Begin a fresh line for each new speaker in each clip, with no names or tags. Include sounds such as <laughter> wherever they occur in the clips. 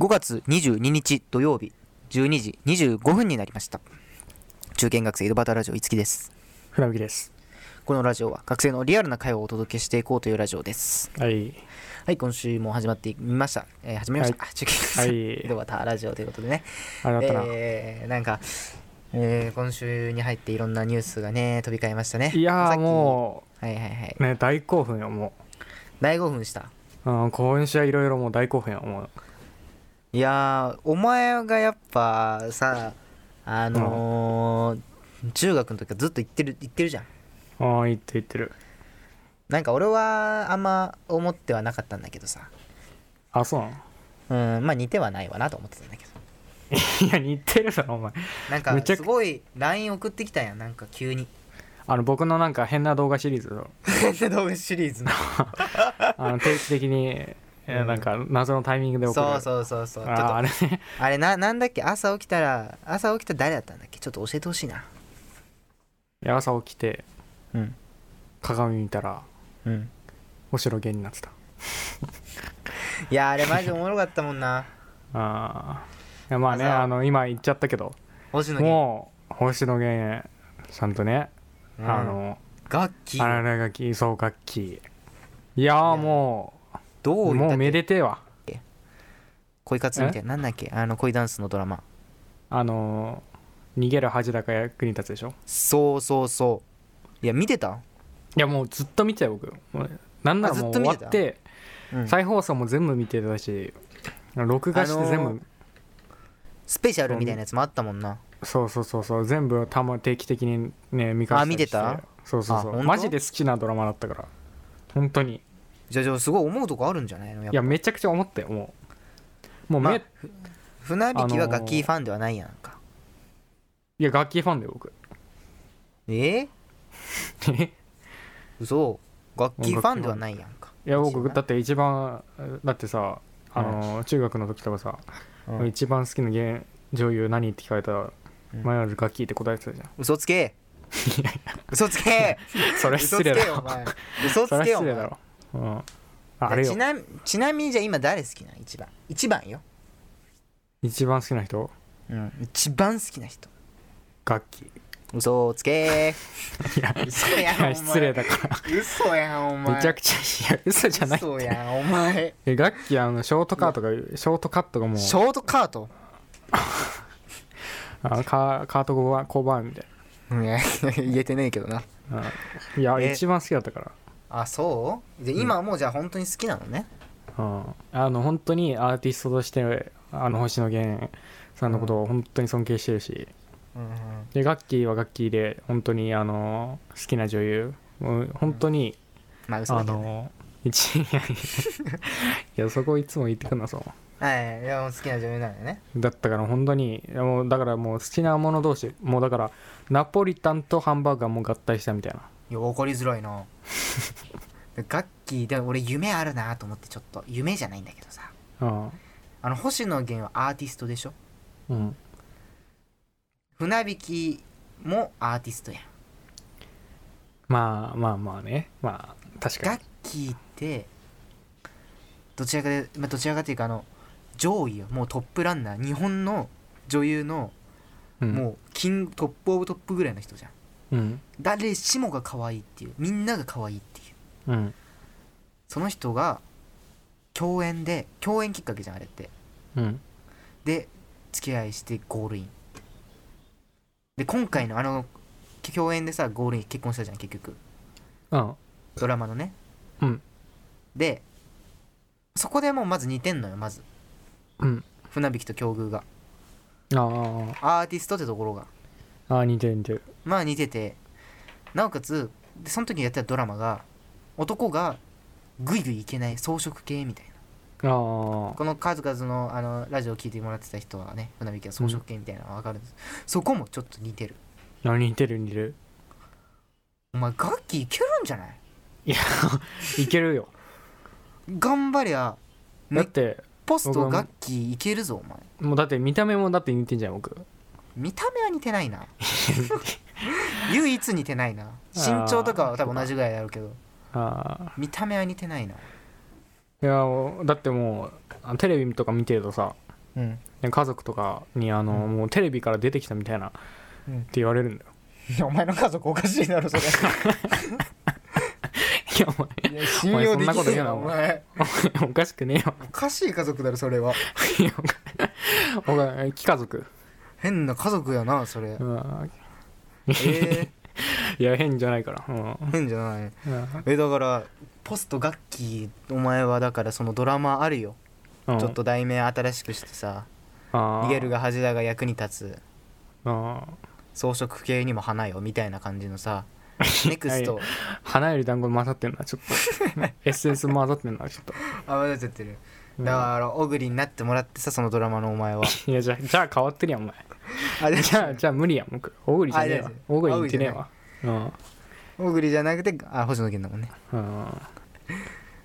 5月22日土曜日12時25分になりました中堅学生井戸端ラジオいつきです
船引きです。
このラジオは学生のリアルな会話をお届けしていこうというラジオです
はい。
はい今週も始まってみました、えー始まりました、あ中堅学生、
はい
<laughs> 井戸端ラジオということでね
あれだったな。
えーなんか、えー今週に入っていろんなニュースがね飛び交いましたね
いや
さっ
ー
き
も、
はいはいはいう
ね、大興奮よ、も
大興奮した
う。うん、今週はいろいろもう大興奮よ、もう。
いやーお前がやっぱさあのー中学の時からずっと言ってる言ってるじゃん
ああ、言って言ってる。
なんか俺はあんま思ってはなかったんだけどさ
あ、そうなの
う
<laughs>
んまあ似てはないわなと思ってたんだけど
いや、似てるだろ、お前。
なんか
めちゃく
すごい LINE 送ってきたやんなんか急
<laughs>
に
あの、僕のなんか変な動画シリーズを、
動画シリーズの
あ
<laughs>
の、定期的に、え
う
ー
ん
なんか謎のタイミングで送る。
<laughs> そうそうそうそうちょっ
あー
と
あれね。
あれななんだっけ朝起きたら朝起きたら誰だったんだっけちょっと教えてほしいな
で朝起きて、
うん
鏡見たら、
うん
星野源になってた。
いやあれマジおもろかったもんな
ああ。いやまあね、
朝
あの、今言っちゃったけど、
星野源
もう、星野源、さんとね、
うん
あの、
楽器
あらら楽器そう楽器いやーも
ど
う
うい
も
った
う
っ
め
け
でてえわ
恋活みたいななんだっけあの恋ダンスのドラマ
あのー逃げる恥だか役に立つでしょ
そうそうそういや見てた
いやもうずっと見てたよ僕もうなんならも
あ
う
ずっと
終
見
わ
て
ったて
うん
再放送も全部見てたし録画して全
あ
部、
のースペシャルみたいなやつもあったもんな
そうそうそうそう全部たま定期的にね見返したりして
あ見て
そうそうそ
あ本
う
当
マジで好きなドラマだったから本当に
じゃあじゃあすごい思うとこあるんじゃないのやっ
い
ぱ
やめちゃくちゃ思ったよもうもうめ、
まあ船引きは
あのー
楽器ファンではないやんか
いや楽器ファンだよ僕 <laughs>
えー、嘘楽器ファンではないやんか
いや
一応
僕
な
だって一番だってさあの、中学の時とかさ、
うん
一番好きな芸女優何って聞かれたら「
ん
マヨルガキ」って答えてたじ
<laughs>
ゃん、
嘘つけ嘘つけ
それは
嘘
失
つけ
礼だ
よお
ろ
前嘘
それ
つ
は
けよお
失
前
礼だろ、うん、あれ
ち
よ
なちなみにじゃあ今誰好きなん一番一番よ、
一番好きな人
うん、一番好きな人
楽器い
嘘をつけ
や
嘘やんお前
や失礼だか
嘘やんお
ら
前
めちゃくちゃいや嘘じゃない
嘘やんお前
え楽器あのショートカートがショートカットがもう
ショートカート
あのカーカート交番交番みたい
いや言えてねえけどな
な、うんいや
え
一番好きだったから
あそうで今はもうじゃあ本当に好きなのね
うんあの本当にアーティストとしてあの星野源さんのことを本当に尊敬してるし、
うんうん
でガッキーはガッキーで本当にあの好きな女優もう本当に、
まあ嘘だ
あ
けどね
の一いや <laughs> いやそこいつも言ってくんなそう
はいいやもう好きな女優なんだよね
だったから本当にいやもうだからもう好きなもの同士もうだからナポリタンとハンバーガーも合体したみたいない
や分かりづらい <laughs> なガッキーでも俺夢あるなと思ってちょっと夢じゃないんだけどさ
うん
あの星野源はアーティストでしょ
うん
船引きもアーティストやん
まあまあまあねまあ確か
ガ
に
ッキーってどちらかで、まあ、どちらかというかあの上位よもうトップランナー日本の女優の
うん
もうキングトップオブトップぐらいの人じゃん
うん
誰しもが可愛いっていうみんなが可愛いっていう
うん
その人が共演で共演きっかけじゃんあれって
うん
で付き合いしてゴールインで今回のあの共演でさゴールイン結婚したじゃん結局
うん
ドラマのね
うん
でそこでもうまず似てんのよまず
うん
船引きと境遇が
あ
アーティストってところが
ああー似てる似てる
まあ似ててなおかつでその時にやってたドラマが男がグイグイいけない装飾系みたいな
あ
この数々のあのラジオを聞いてもらってた人はね船引きは装飾系みたいなの分かるんです、そこもちょっと似てる
あ似てる似てる
お前ガッキーいけるんじゃない
いけるよ
頑張りゃ
だって
ポス
僕
ト
は
ガッキーいけるぞお前
もうだって見た目もだって似てんじゃん僕
見た目は似てない <laughs> な唯一似てないな身長とかは多分同じぐらいだろうけど
あ
見た目は似てないな
あいやだってもうあテレビとか見てるとさ
うん
で家族とかにあの、もうテレビから出てきたみたいなって
うん
言われるんだよ <laughs>
いやお前の家族おか <laughs> しいだろそれ
いやお
いや信用でき
お前そんなこと
ねえ
言
な
うな
お前
前おかしくねえよ
おかしい家族だろそれはい
やおかおかえ家族、
変な家族やなそ <laughs> れ
うん、
え
いや変じゃないから、うん
ー、変じゃない
うん
えだからポスト楽器お前はだからそのドラマあるよ、
うん
ちょっと題名新しくしてさ「
あー
逃げるが恥だが役に立つ
あ
装飾系にも花よ」みたいな感じの
<laughs>
さネクスト
ー花より団子混ざってんなちょっと
<laughs>
エッセンス混ざってんなちょっと、
あ混ざっちゃってる
うん
だから小栗になってもらってさそのドラマのお前は
いやじゃあじゃあ変わってるやんお前
あで
<laughs> じゃあじゃあ無理やん僕小栗じゃねえ
あ
わ
いやいや
小栗似てねえわうん
<laughs> 小栗じゃなくてあ星野源だもんね
うん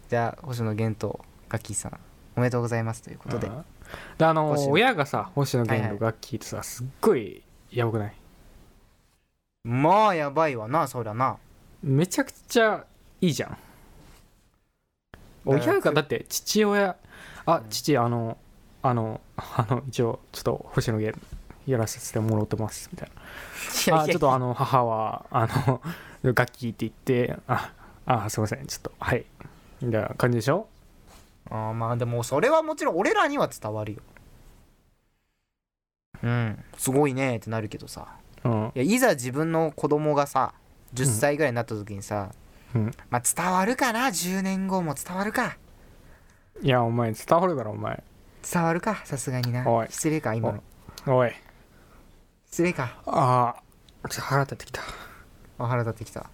じゃあ星野源とガッキーさんおめでとうございますということで
うんであの
星野
親がさ星野源
はい
の楽器ってさすっごいやばくない
まあやばいわなそりゃな
めちゃくちゃいいじゃん
だから
親がだって父親あ
うん
父あのあのあの一応ちょっと星野源やらせてもらってますみたいなあちょっとあの母はあの <laughs> 楽器って言ってああすいませんちょっとはいみたいな感じでしょ
あーまあでもそれはもちろん俺らには伝わるようんすごいねってなるけどさ
うん
いやいざ自分の子供がさ10歳ぐらいになった時にさ、
うん
まあ伝わるかな10年後も伝わるか
いやお前伝わるだろお前
伝わるかさすがにな
おい
失礼か今の
おい
失礼か
ああちょっと腹立ってきた
あ腹立ってき
<coughs>
た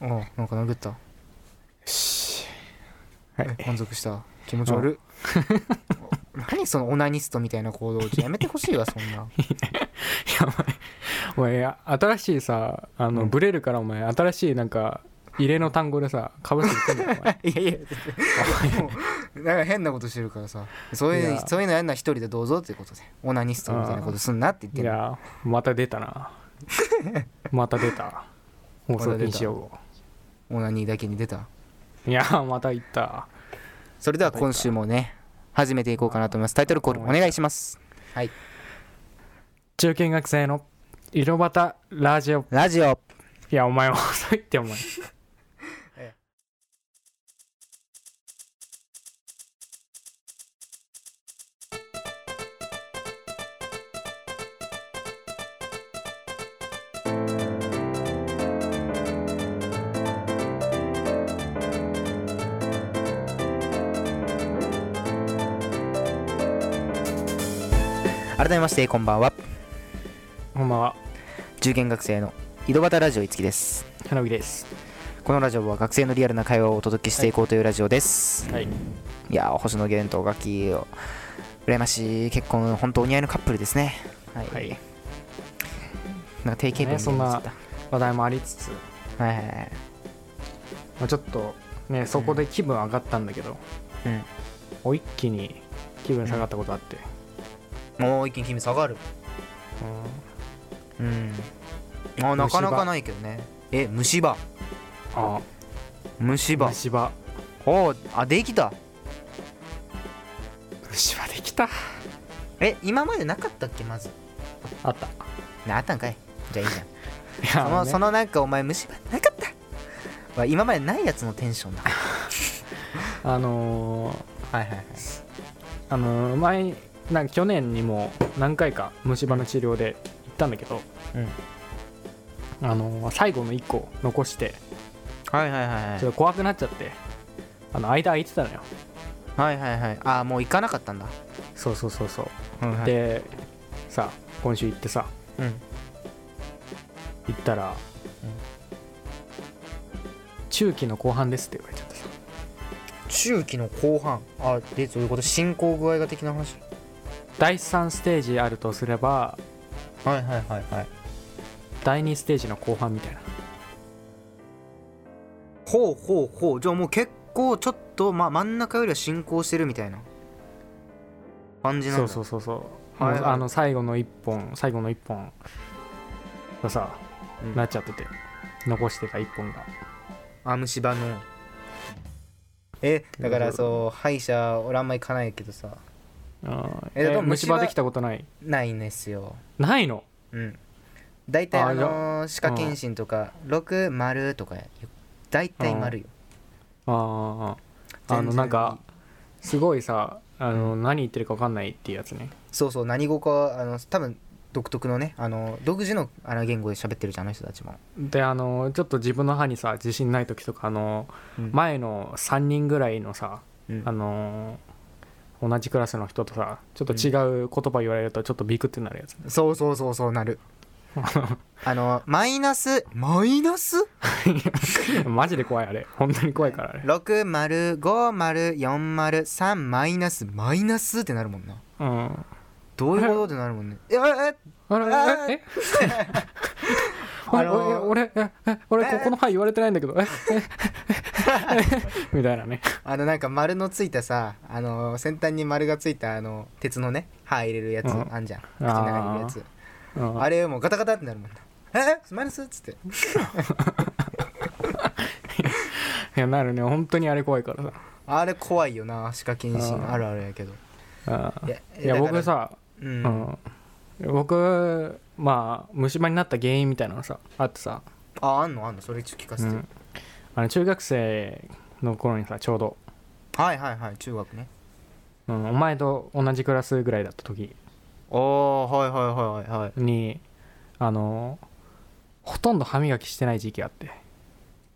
おうなんか殴った
はい
え満足した気持ち悪い <laughs> 何そのオナニストみたいな行動やめてほしいわそんな
お前新しいさあの、
うん
ブレるからお前新しいなんか入れの単語でさかぶせてくんだよお <laughs> 前
いやいやもうなんか変なことしてるからさそうい
いうや
そういうのやんなら一人でどうぞっていうことでオナニストみたいなことすんなって言って
い
んの
やまた出たなまた出た放送禁止用語
オナニーだけに出た
いやまた行った
それでは今週もね始めていこうかなと思いますタイトルコールお願いしますはい
中堅学生の井戸端ラジオ
ラジオ
いやお前遅いってお前
え改めましてこんばんは
ほんまは
受験学生の井戸端ラジオいつきです
花火です
このラジオは学生のリアルな会話をお届けしていこうというラジオです、
はい
いやー星野源とガキを羨ましい結婚本当お似合いのカップルですねはい、
はい
なんか定型文
ねそんな
みたいになっち
話題もありつつ、
ゃったはいはいはい
まあ、ちょっとねそこで気分上がったんだけど、
うん
もう一気に気分下がったことあって、
もう一気に君下がる
うん
うんあなかなかないけどねえ虫歯
あ
虫歯
虫歯
おーあできた
虫歯できた
え今までなかったっけまず
あったい
なあったんかいじゃあいいじゃん <laughs> そ
やあの
の
ね
そのなんかお前虫歯なかったは今までないやつのテンションだ
あのー
はいはいはい
あのー前になんか去年にも何回か虫歯の治療で行ったんだけど、あのー最後の1個残して
はいはいはいはい
ちょっと怖くなっちゃってあの間空いてたのよ
はいはいはいああもう行かなかったんだ、
そうそうそうそう、
うんはい、
でさ今週行ってさ
うん
行ったら、中期の後半ですって言われちゃってさ
中期の後半あでどういうこと進行具合が的な話
第3ステージあるとすれば
はいはいはいはい
第2ステージの後半みたいな
ほうほうほうじゃあもう結構ちょっと、まあ、真ん中よりは進行してるみたいな感じなん
そう
だ
そううそうそう、
はいはい
もうあの最後の一本最後の一本がさ、
うん
なっちゃってて残してた一本が
あ虫歯のえだからそう歯医者俺あんま行かないけどさ
あ
えだから
え
虫
虫
歯
歯できたことない
ないんですよ
ないの
うん大体
あ
あ
じゃ
のー歯科検診とか6丸とか大体丸よ
あああ
全
の
然
なんかすごいさあの何言ってるか分かんないっていうやつね
そうそう何語かあの多分独特のねあの独自のあの言語で喋ってるじゃんあの人たちも、
であのちょっと自分の歯にさ自信ない時とかあの
うん
前の3人ぐらいのさ
うん
あの同じクラスの人とさちょっと違う言葉言われるとちょっとビクってなるやつ、ね
そうそうそうそうな
<laughs>
るあのマイナスマイナス
<laughs> マジで怖いあれ本当に怖いからあ
<laughs>
れ
6丸5丸4丸3マイナスマイナスってなるもんな
うん
どういうことってなるもん
<laughs>
ねええ
あれええ
あ
あ
のー
俺ええ俺ここの歯言われてないんだけどえええ
<laughs>
えみたいなね
あのなんか丸のついたさあの先端に丸がついたあの鉄のね歯入れるやつ
うん
あんじゃん口の中に入れるやつ
うん
あれもうガタガタってなるもんなえマイナスっつって
いやなるね本当にあれ怖いからさ
あれ怖いよな歯科検
う
診
ん
あるあるやけど
あー
いや
いや
だから
僕さ、
う
うん
あ
ん、僕まあ虫歯になった原因みたいなのさあってさ、
あんのあんのそれちょっと聞か
う
せて、
ん、あの中学生の頃にさちょうど、
はいはいはい中学ね
うん、お前と同じクラスぐらいだった時
ああはいはいはいはい
にあのほとんど歯磨きしてない時期あって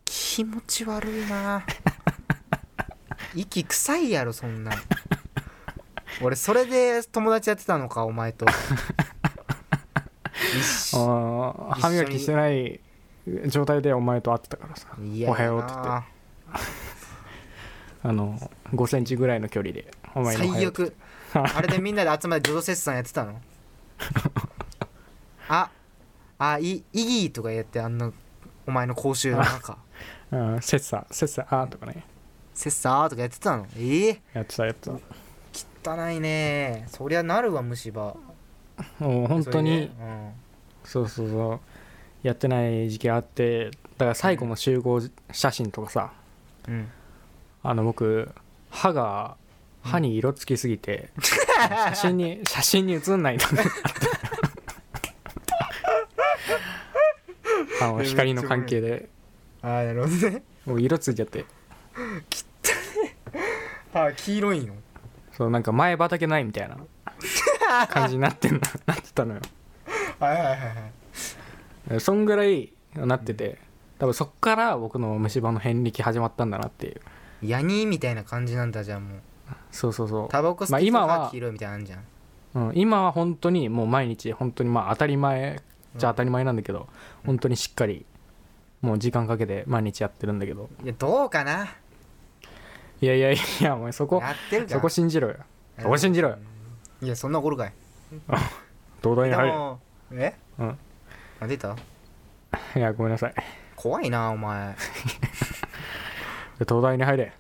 気持ち悪いな <laughs> 息臭いやろそんな俺それで友達やってたのかお
<laughs>
前と一
あ
緒
ー
一緒
歯
に
磨きしてない状態でお前と会ってたからさ
い
おはようって言ってあの5センチぐらいの距離でお前のおは
最
ようって
悪あれでみんなで集まってジョドセッサンやってた
<laughs>
のああいイギーとかやってあのお前の講習の中
うん切磋切磋あーとかね
セッサーとかやってたのええ
やってたやってた
汚いねそりゃなるわ虫歯
もう本当に
それでうん
そうそうそうやってない時期あってだから最後の集合写真とかさ
うん、
あの僕歯が歯に色つきすぎて、写真に写真に写んないのねあの光の関係で
ああなるほどね <laughs>
もう色ついちゃって
あ黄色いの
そうなんか前畑ないみたいな感じになってんななってたのよ
はいはいはいはい
そんぐらいなってて多分そっから僕の虫歯の遍歴始まったんだなっていう
ヤニみたいな感じなんだじゃあもう
そうそうそう
タバコ吸
ま
っ
あ
て
今は
歯黄色いみたいなのあんじゃん
うん、今は本当にもう毎日本当にまあ当たり前じゃ当たり前なんだけど、本当にしっかりもう時間かけて毎日やってるんだけど
いやどうかない
やいやいやお前そこ
やってるじゃ
そ
ん
こ信じろよそこ信じろよ
いやそんな頃かい
東大に
で
入れ
もえ
うん
あ出た
いやごめんなさい
怖いなお前 <laughs>
東大に入れ、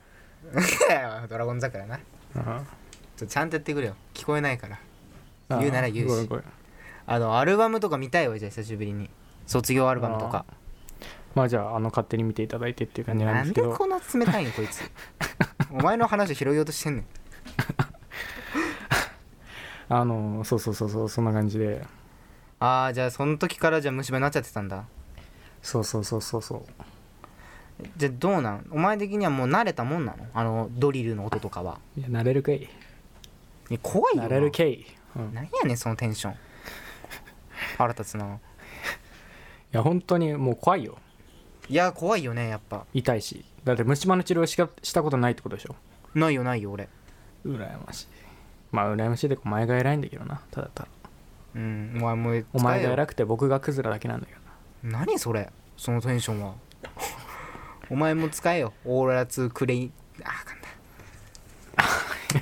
ドラゴン桜なちょ
うん
っとちゃんとやってくれよ聞こえないから言うなら言うし
ごめんごめん
あのアルバムとか見たいわじゃあ久しぶりに卒業アルバムとか
まあじゃああの勝手に見ていただいてっていう感じなん
な
で
ん
す
で
けど
こんな冷たいのこい
<laughs>
つお前の話拾いようとしてんねん
あのそうそうそうそうそんな感じで
ああじゃあその時からじゃあ虫歯になっちゃってたんだ
そうそうそうそうそう
じゃあどうなんお前的にはもう慣れたもんなのあのドリルの音とかはい
や慣れるかい
いや怖いよな
慣れるけい、うん、
なんやねんそのテンショ <laughs> ン腹立つない
や本当にもう怖いよ
いや怖いよねやっぱ
痛いしだって虫歯の治療しかしたことないってことでしょ
ないよないよ俺
羨ましいまあ羨ましいでお前が偉いんだけどなただただ
うんお前もう
お前が
使えよ
偉くて僕がクズなだけなんだけどな
何それそのテンションは <laughs> お前も使えよオーラツクレインあーあ
<laughs>
かんだ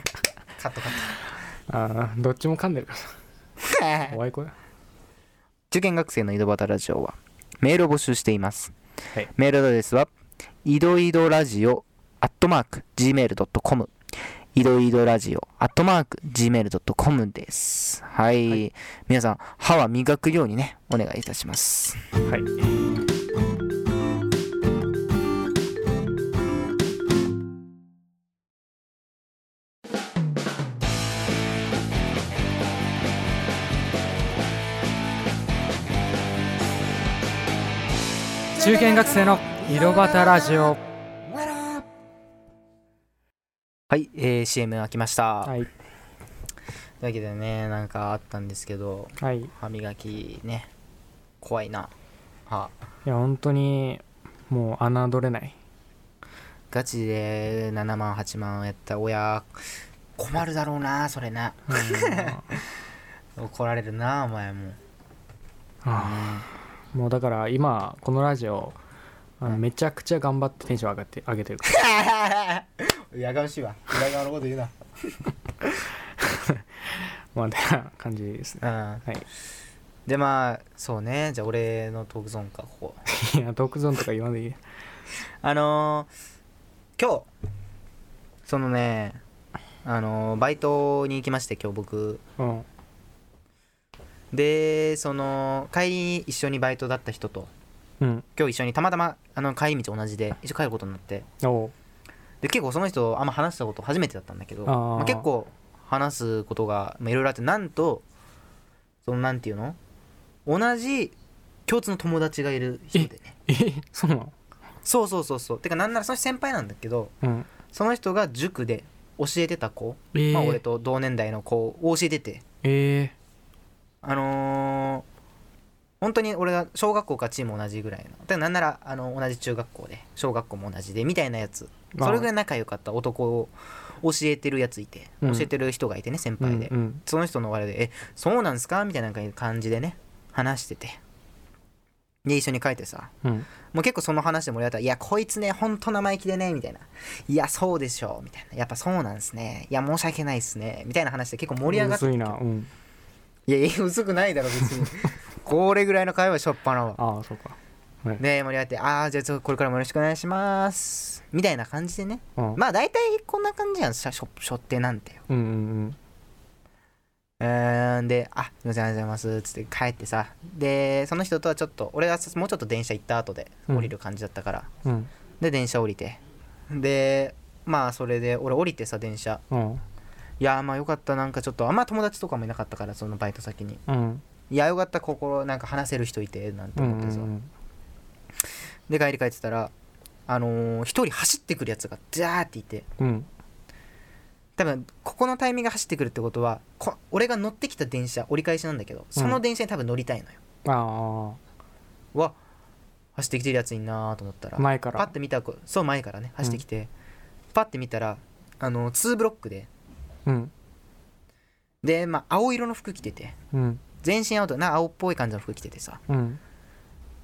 カットカッ
あーどっちも噛んでるからさ
ト <laughs>
怖い子だ
受験学生の井戸端ラジオはメールを募集しています、
はい
メールアドレスは井戸井戸ラジオアットマーク Gmail.com 井戸井戸ラジオアットマーク Gmail.com ですはい、皆さん歯は磨くようにねお願いいたします
はい中堅学生の井戸端ラジオ
はい、えー、CM 開きました、
はい
というわけでねなんかあったんですけど
はいい
歯磨きね怖いな歯
や本当にもう侮れない
ガチで7万8万やった親困るだろうなそれな
うん <laughs>
怒られるなお前も
あーもうだから今このラジオあの
はい
めちゃくちゃ頑張ってテンション上がって上げてる
<laughs> やがましいわ裏側のこと言うな
まあみたいな感じです <laughs> ね
うん、
い
でまあそうねじゃあ俺のトークゾーンかここ
いやトークゾーンとか言わんでいい
あのー今日そのねあのーバイトに行きまして今日僕
うん
でその帰りに一緒にバイトだった人と
うん
今日一緒にたまたまあの帰り道同じで一緒に帰ることになって
おう
で結構その人あんま話したこと初めてだったんだけど
あー
まあ、結構話すことがまあいろいろあってなんとそのなんていうの同じ共通の友達がいる人でね
えそうなの
そうそうそうそうてかなんならその人先輩なんだけど
うん
その人が塾で教えてた子、
えー
まあ、俺と同年代の子を教えてて
え
あのー本当に俺が小学校からチーム同じぐらいのてかなんならあの同じ中学校で小学校も同じでみたいなやつ
ー
それぐらい仲良かった男を教えてるやついて、
うん
教えてる人がいてね先輩で、
うんうん
その人の我で「えそうなんすか?」みたいな感じでね話しててで一緒に帰ってさ
うん
もう結構その話で盛り上がったら「いやこいつねほんと生意気でね」みたいな「いやそうでしょう」みたいな「やっぱそうなんすねいや申し訳ないっすね」みたいな話で結構盛り上がって
むずいなうん
いやいや薄くないだろ別
<laughs>
にこれぐらいの会話しょっぱなは
ああそうか
で盛り上がって「ああじゃあちょっとこれからもよろしくお願いします」みたいな感じでね
うん
まあ大体こんな感じやんしょしょしょってなんてよ
うんうん
うーんで「あすいませんありがとうございます」っつって帰ってさでその人とはちょっと俺はもうちょっと電車行った後で
うん
降りる感じだったから、
うんうん
で電車降りてでまあそれで俺降りてさ電車
うん
いやーまあよかったなんかちょっとあんま友達とかもいなかったからそのバイト先に
うん
いやよかった心なんか話せる人いてなんて
うんう
思ってさ、
ん
で帰り帰ってたらあのー、一人走ってくるやつがジャーっていて
うん
多分ここのタイミングが走ってくるってことはこ俺が乗ってきた電車折り返しなんだけどその電車に多分乗りたいのよ、
あ
わ走ってきてるやついんなーと思ったら
あ前か
パッ
ら
て見た子そう前からね走ってきて、パッて見たらあの2ブロックで
うん
で、まあ、青色の服着てて
うん
全身青とな青っぽい感じの服着ててさ
うん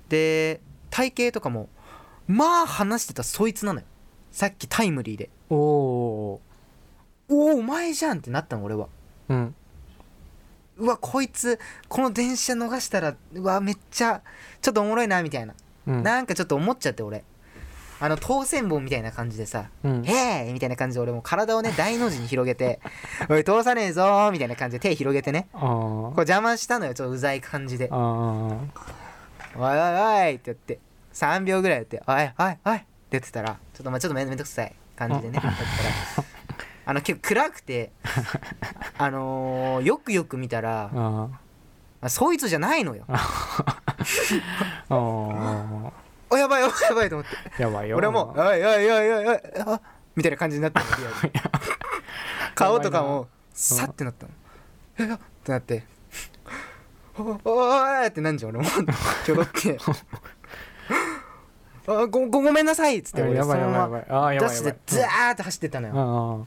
で体型とかもまあ話してたそいつなのよさっきタイムリーで
おお
「おおお前じゃん!」ってなったの俺は
ーうん
うわこいつこの電車逃したらうわめっちゃちょっとおもろいなみたいな、
うん
なんかちょっと思っちゃって俺あの当選棒みたいな感じでさ
うん
へえみたいな感じで俺も体をね大の字に広げて「おい通さねえぞ」みたいな感じで手広げてね
あー
これ邪魔したのよちょっとうざい感じで「おい
あ
おいおい」ってやって3秒ぐらいやって「おいおいおい」って言ってたらちょっとまあちょっとめんめんどくさい感じでねやってたらあの結構暗くてあのーよくよく見たら
ーあー
あそいつじゃないのよ
あ
おやばいやばいやばいと思って
あやばいよ
俺も「おいおいおいおいおいあみたいな感じに
<laughs>
なったのリアルに顔とかもさってなったの「えっ?」ってなって「おおい!」ってなんじゃん
<laughs>
俺もちょろって <laughs> 「あごごごめんなさい」っつって俺
や
そ
ばい
の
やばい
まま
やばいああーや
ダ
ば
ッ
い
シ
や
ュ
ば
で
い
ザーって走ってったのよ
あ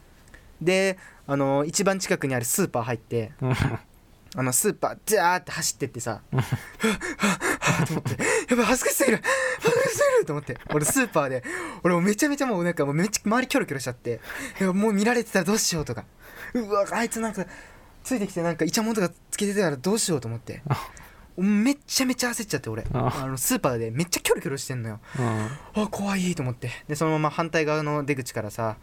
であの一番近くにあるスーパー入って
あ
あのスーパーザーって走ってってさ <laughs> 「はっはっはっはっ」と思って「やばい恥ずかしすぎる恥ずかしすぎる」と思って俺スーパーで俺もうめちゃめちゃもうなんかもうめっちゃ周りキョロキョロしちゃっていやもう見られてたらどうしようとかうわあいつなんかついてきてなんかイチャモンとかつけてたらどうしようと思ってめっちゃめちゃ焦っちゃって俺
あ
あのスーパーでめっちゃキョロキョロしてんのよあ怖いと思ってでそのまま反対側の出口からさ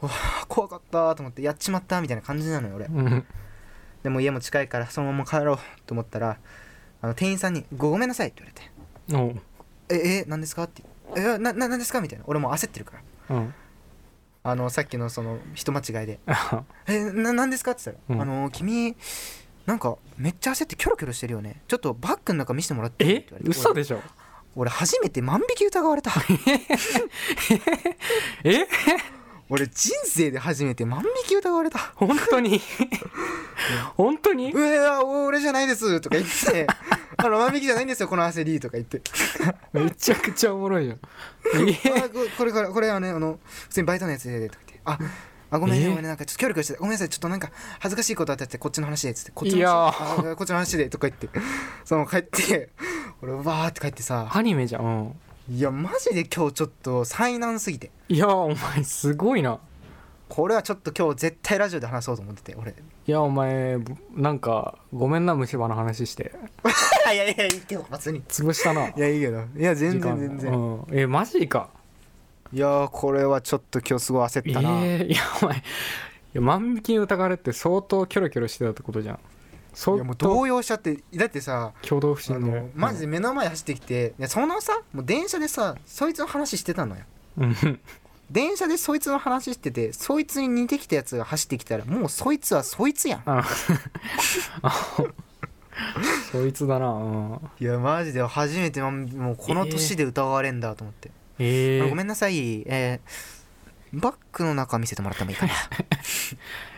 うわ怖かったと思ってやっちまったみたいな感じなのよ俺
うん
でも家も近いからそのまま帰ろうと思ったらあの店員さんに「ごごめんなさい」って言わ
おう
れて「ええ何ですか?」って「えなな何ですか?」みたいな俺もう焦ってるから
うん
あのさっきのその人間違いで
あ
「えな何ですか?」って言ったら「
うん
あの君なんかめっちゃ焦ってキョロキョロしてるよねちょっとバッグの中見せてもらっていい」っ
え
て言われて
嘘でしょ
俺俺初めて万引き疑わ
<laughs>
れた
え
俺人生で初めて万引き疑われた
本当 <laughs> に本当に
うわ俺じゃないですとか言って <laughs> あの万引きじゃないんですよこの焦りとか言って
めちゃくちゃおもろいじゃん。え
<laughs> あここれからこれはねあの普通にバイトのやつでとか言ってああごめんねごめんねなんかちょっと協力してごめんなさいちょっとなんか恥ずかしいことあったってこっちの話でっつってこっち
い
の
や
話あこっちの話でとか言ってその帰って俺わーって帰ってさ
アニメじゃん。うん
いやマジで今日ちょっと災難すぎて
いやお前すごいな。
これはちょっと今日絶対ラジオで話そうと思ってて <laughs> 俺
いやお前ぶなんかごめんな虫歯の話して
いやいやいいけど別に
潰したな。
いやいいけどいや全
時間
然全然
うん、えマジか。
いやーこれはちょっと今日すごい焦
え
ったな、
ーいやお前いや万引きに疑われって相当キョロキョロしてたってことじゃん。
い
相
やもう
当
動揺しちゃってだってさ
共同不
あ
信で
のマジで目の前走ってきていやそのさもう電車でさそいつの話してたのよ
うん
電車でそいつの話しててそいつに似てきたやつが走ってきたらもうそいつはそいつやん
あのそいつだな、うん、
いやマジで初めてまもうこの年で疑われんだと思って、
え
あごめんなさいえーバッグの中見せてもらってもいいかな。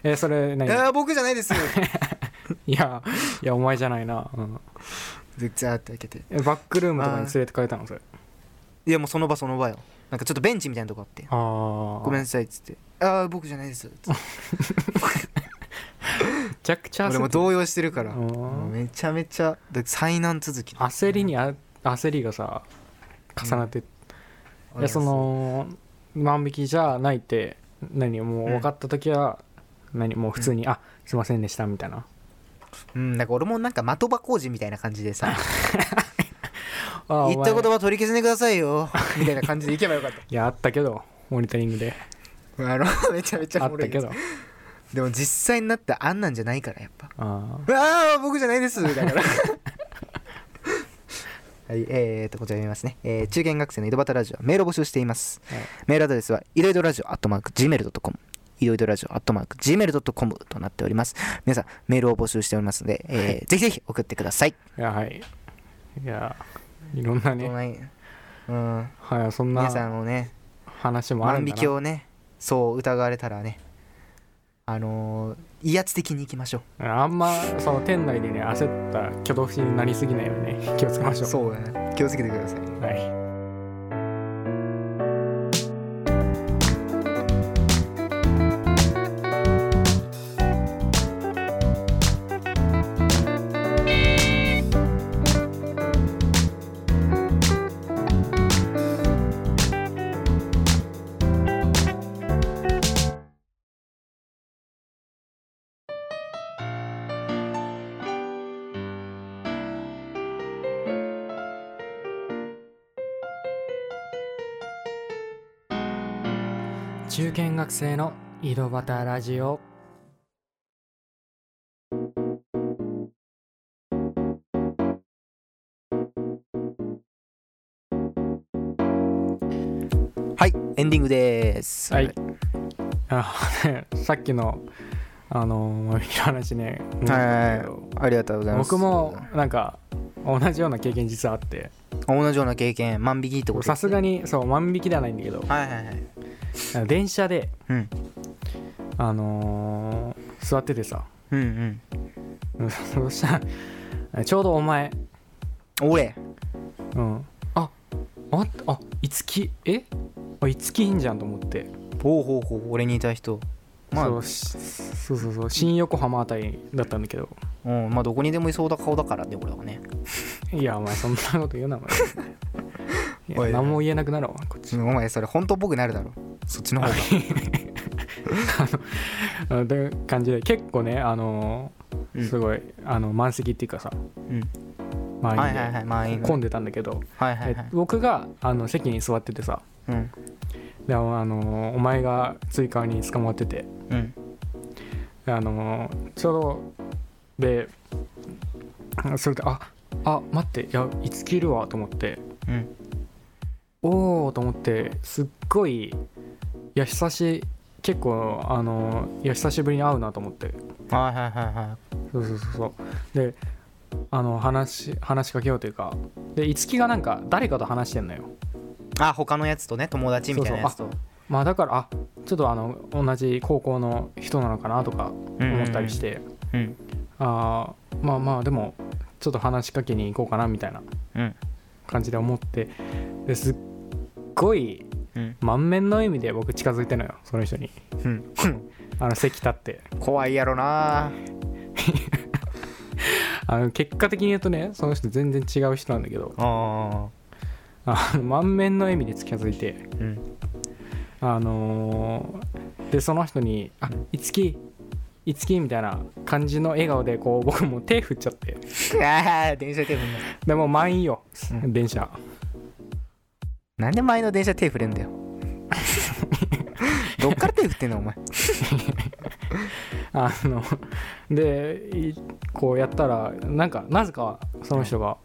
えそれ何
いや僕じゃないです。
いやいやお前じゃないな、うん、
でザーって開けて。
えバックルームとかに連れてかれたのそれ
いやもうその場その場よ。なんかちょっとベンチみたいなとこあって。
ああ
ごめん
め
なさいっつって「ああ僕じゃないです」っつって
ちゃくちゃ
俺
焦
も
って
動揺してるから
うん
もうめちゃめちゃだ災難続き
焦りにあ焦りがさ重なって、いやその万引きじゃないって何もう分かった時は、何もう普通に、あすいませんでしたみたいな
うんなんか俺もなんか的場工事みたいな感じで <laughs> さ
あ
「
あ
言った言
は
葉取り消せてくださいよ」 <laughs> みたいな感じでいけばよかっ
いやあったけどモニタリングで
たあの <laughs> めちゃめちゃ
あ
お
っ
もろ
た
い
け
です
ど
でも実際になったらあんなんじゃないからやっぱ
あ
「 <laughs> ああ僕じゃないです」だから <laughs> はい、えーと、こちら読みますね。えー中堅学生の井戸端ラジオ、メールを募集しています。
あ、はい
メールアドレスは、いろいろラジオ、アットマーク、gmail.com。いろいろラジオ、アットマーク、gmail.com となっております。皆さん、メールを募集しておりますので、えーぜひぜひ送ってください。
いやはいいやいろん
どう
なね、
ないうん、
はい、そん
皆さん
な
もね、
話もある
万
んだ
引
な
きをね、そう疑われたらね、あのー威圧的にいきましょ
あんまその店内でね焦った挙動不審になりすぎないようにね <laughs> 気をつけまし
う。
ょ
そうやね。気をつけてください。
う。はい中堅学生の井戸端ラジオ
はい、エンディングです。
はいあさっきのあのー、話ね面白かったけど
ありがとうございます。
僕もなんか同じような経験実はあって
同じような経験、万引きってこと
さす
に。
がにそう万引きではないんだけど
はいはいはい。
電車で、
うん
あのー座っててさ <laughs>
うん
そしたらちょうどお前
うん。俺、
うん、あああいつきえあいつきいいんじゃんと思って、
ほうほうほう、俺にいた人。まあ
そうしそうそうそう新横浜あたりだったんだけど
うん、まあどこにでもいそうだ顔だからね俺はね
いやお前そんなこと言うな
<laughs>
お前いや
おい
何も言えなくなるわこ
お
っち
前それ本当っぽくなるだろそっちの方が
<laughs> あので感じで結構ねあの
うん
すごい、あの満席っていうかさ、
うん
満
はい
員で
はいはい満員
混んでたんだけど、
はいはいは
え
い
僕があの席に座っててさ
うん
であのお前が追加に捕まってて
うん
あのちょうどでそれでああ待っていやいつきいるわと思って
うん
おおと思ってすっごいいや久し結構あのいや久しぶりに会うなと思って
はいはいはいは
そうそうそうそうであの話話しかけようというかでいつきがなんか誰かと話してんのよ
あ他のやつとね友達みたいなやつと
まあだからあちょっとあの同じ高校の人なのかなとか思ったりして、
うん
あーまあまあでもちょっと話しかけに行こうかなみたいな
うん
感じで思ってですっごい
うん
満面の意味で僕近づいてんのよその人に
うん
あの席立って
怖いやろな
あの結果的に言うとねその人全然違う人なんだけど
あ
あの満面の笑みで近づいて
うん
あのーでその人に「あいつきいつき」みたいな感じの笑顔でこう僕も手振っちゃって
あー電車手振るんだ
でもう満員よ
うん
電車
なんで前の電車手振れん <laughs> だよどっから手振ってんのお前
あのでいこうやったらなんかなぜかその人が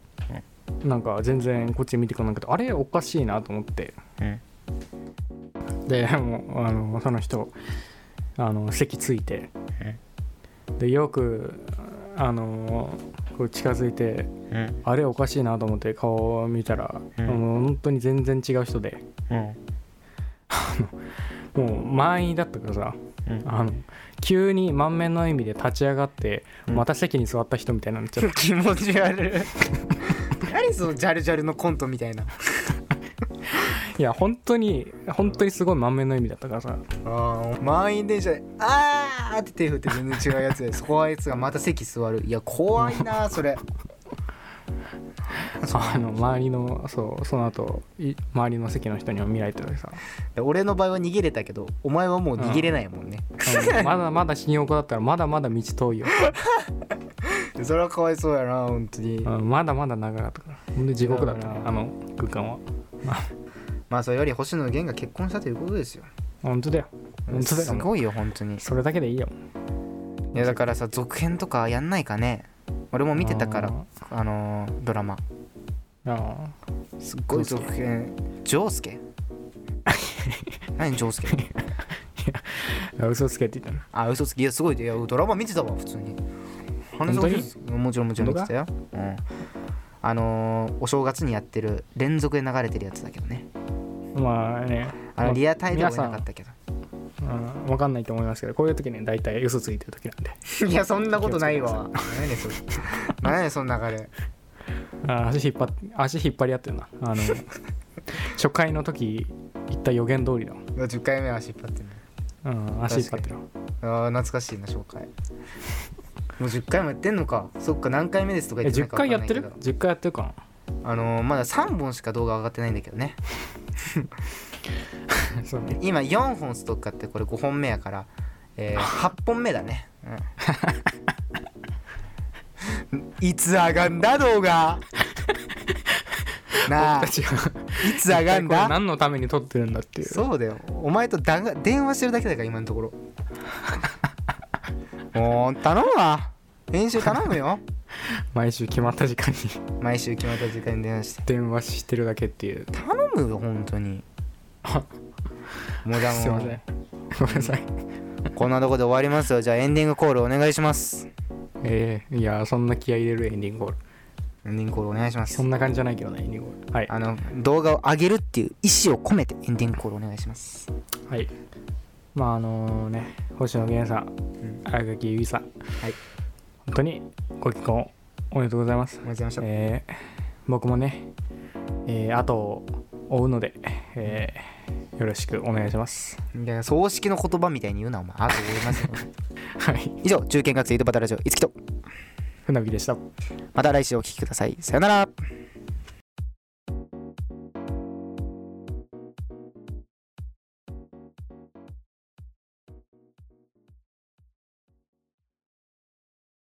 なんか全然こっち見てくんなくてあれおかしいなと思って
うん
でもうあのその人あの席ついてでよくあのこう近づいて
うん
あれおかしいなと思って顔を見たら、
うん
もう本当に全然違う人で
うん
もう満員だったからさ
うん
あの急に満面の笑みで立ち上がって、
うん
また席に座った人みたいになっちゃっ
気持ち悪い何そのジャルジャルのコントみたいな <laughs>
ていや本当に本当にすごい満面の笑みだったからさ
あー満員電車で「あー!」って手振って全然違うやつでそこはあいつがまた席座るいや怖いなそ <laughs> れ
あの周りのそうその後い周りの席の人にも見られ
<laughs>
ててさ
俺の場合は逃げれたけどお前はもう逃げれないもんね、
あのまだまだ新横だったらまだまだ道遠いよ、
それはかわいそうやな本当に、
うんまだまだ長かったからほんで地獄だったね
そうだ
あの空間は
まあそれより星野源が結婚したということですよ
本当だよ本当だ
す
よもう
ごいよ本当にい
それだけでいいよ
やだからさ続編とかやんないかね俺も見てたから
あ
あのードラマ
ーあ
すっごい続編ジョース
<laughs>
ケ何ジョースケ
ー嘘つけって言ったの
あ、嘘つき。いや、すごい。いや、ドラマ見てたわ、普通に。
本当に
話すもちろん、もちろん見てたよ。うん。あのー、お正月にやってる、連続で流れてるやつだけどね。
まあね、
あ
ま
の、
あ
リアタイではなかったけど。 <laughs>
うん、わかんないと思いますけど、こういう時に大体嘘ついてる時なんで。
いや、そんなことないわ。何やねん、それ。 <laughs> 何やねん、その流れ。
あ足引っ張っ足引っ張り合ってるな。
<laughs>
あの初回の時言った予言通りだ。
10回目は足引っ張ってる。
うん、足引っ張ってる。
あー懐かしいな、紹介。もう10回もやってんのか。そっか、何回目ですとか言
え、
ってな
10
いかわか
回
んな
や
い
っ
け
て
ど
る ?10 回やってるか
あのー、まだ3本しか動画上がってないんだけどね。
なそうね。
今4本ストックあってこれ5本目やから、え
<laughs>
ー、8本目だね、うん、 <laughs> いつ上がんだ動
<laughs>
画なあ
僕たちが
いつ上がん
これ
だ
何のために撮ってるんだっていう。
そうだよお前とだが電話してるだけだから今のとこ
<laughs>
ろもう頼むわ編集頼むよ <laughs>
毎週決まった時間に
毎週決まった時間に電話して
電話してるだけっていう。
頼むよ本当にもうじゃあ
<laughs> すい
も
ません
う。
ごめんなさい。
こんなとこで終わりますよじゃあエンディングコールお願いします
えー、いや、そんな気合い入れるエンディングゴール。
エンディングコールお願いします
そんな感じじゃないけどね、エンディングゴール。はい。
あの動画を上げるっていう意思を込めてエンディングコールお願いします。
はい。まああのね、星野源さん、
ん
荒垣結衣さん、
はい
本当にご結婚おめでとうございます。
おめでとうございまし
えー僕もね、えー後を追うので、えーよろしくお願いします。
た。いや葬式の言葉みたいに言うなお前。あと思いますよ。 <laughs>
はい。
以上中堅がつ井戸端ラジオいつきと
船木でした。
また来週お聞きください。さよなら。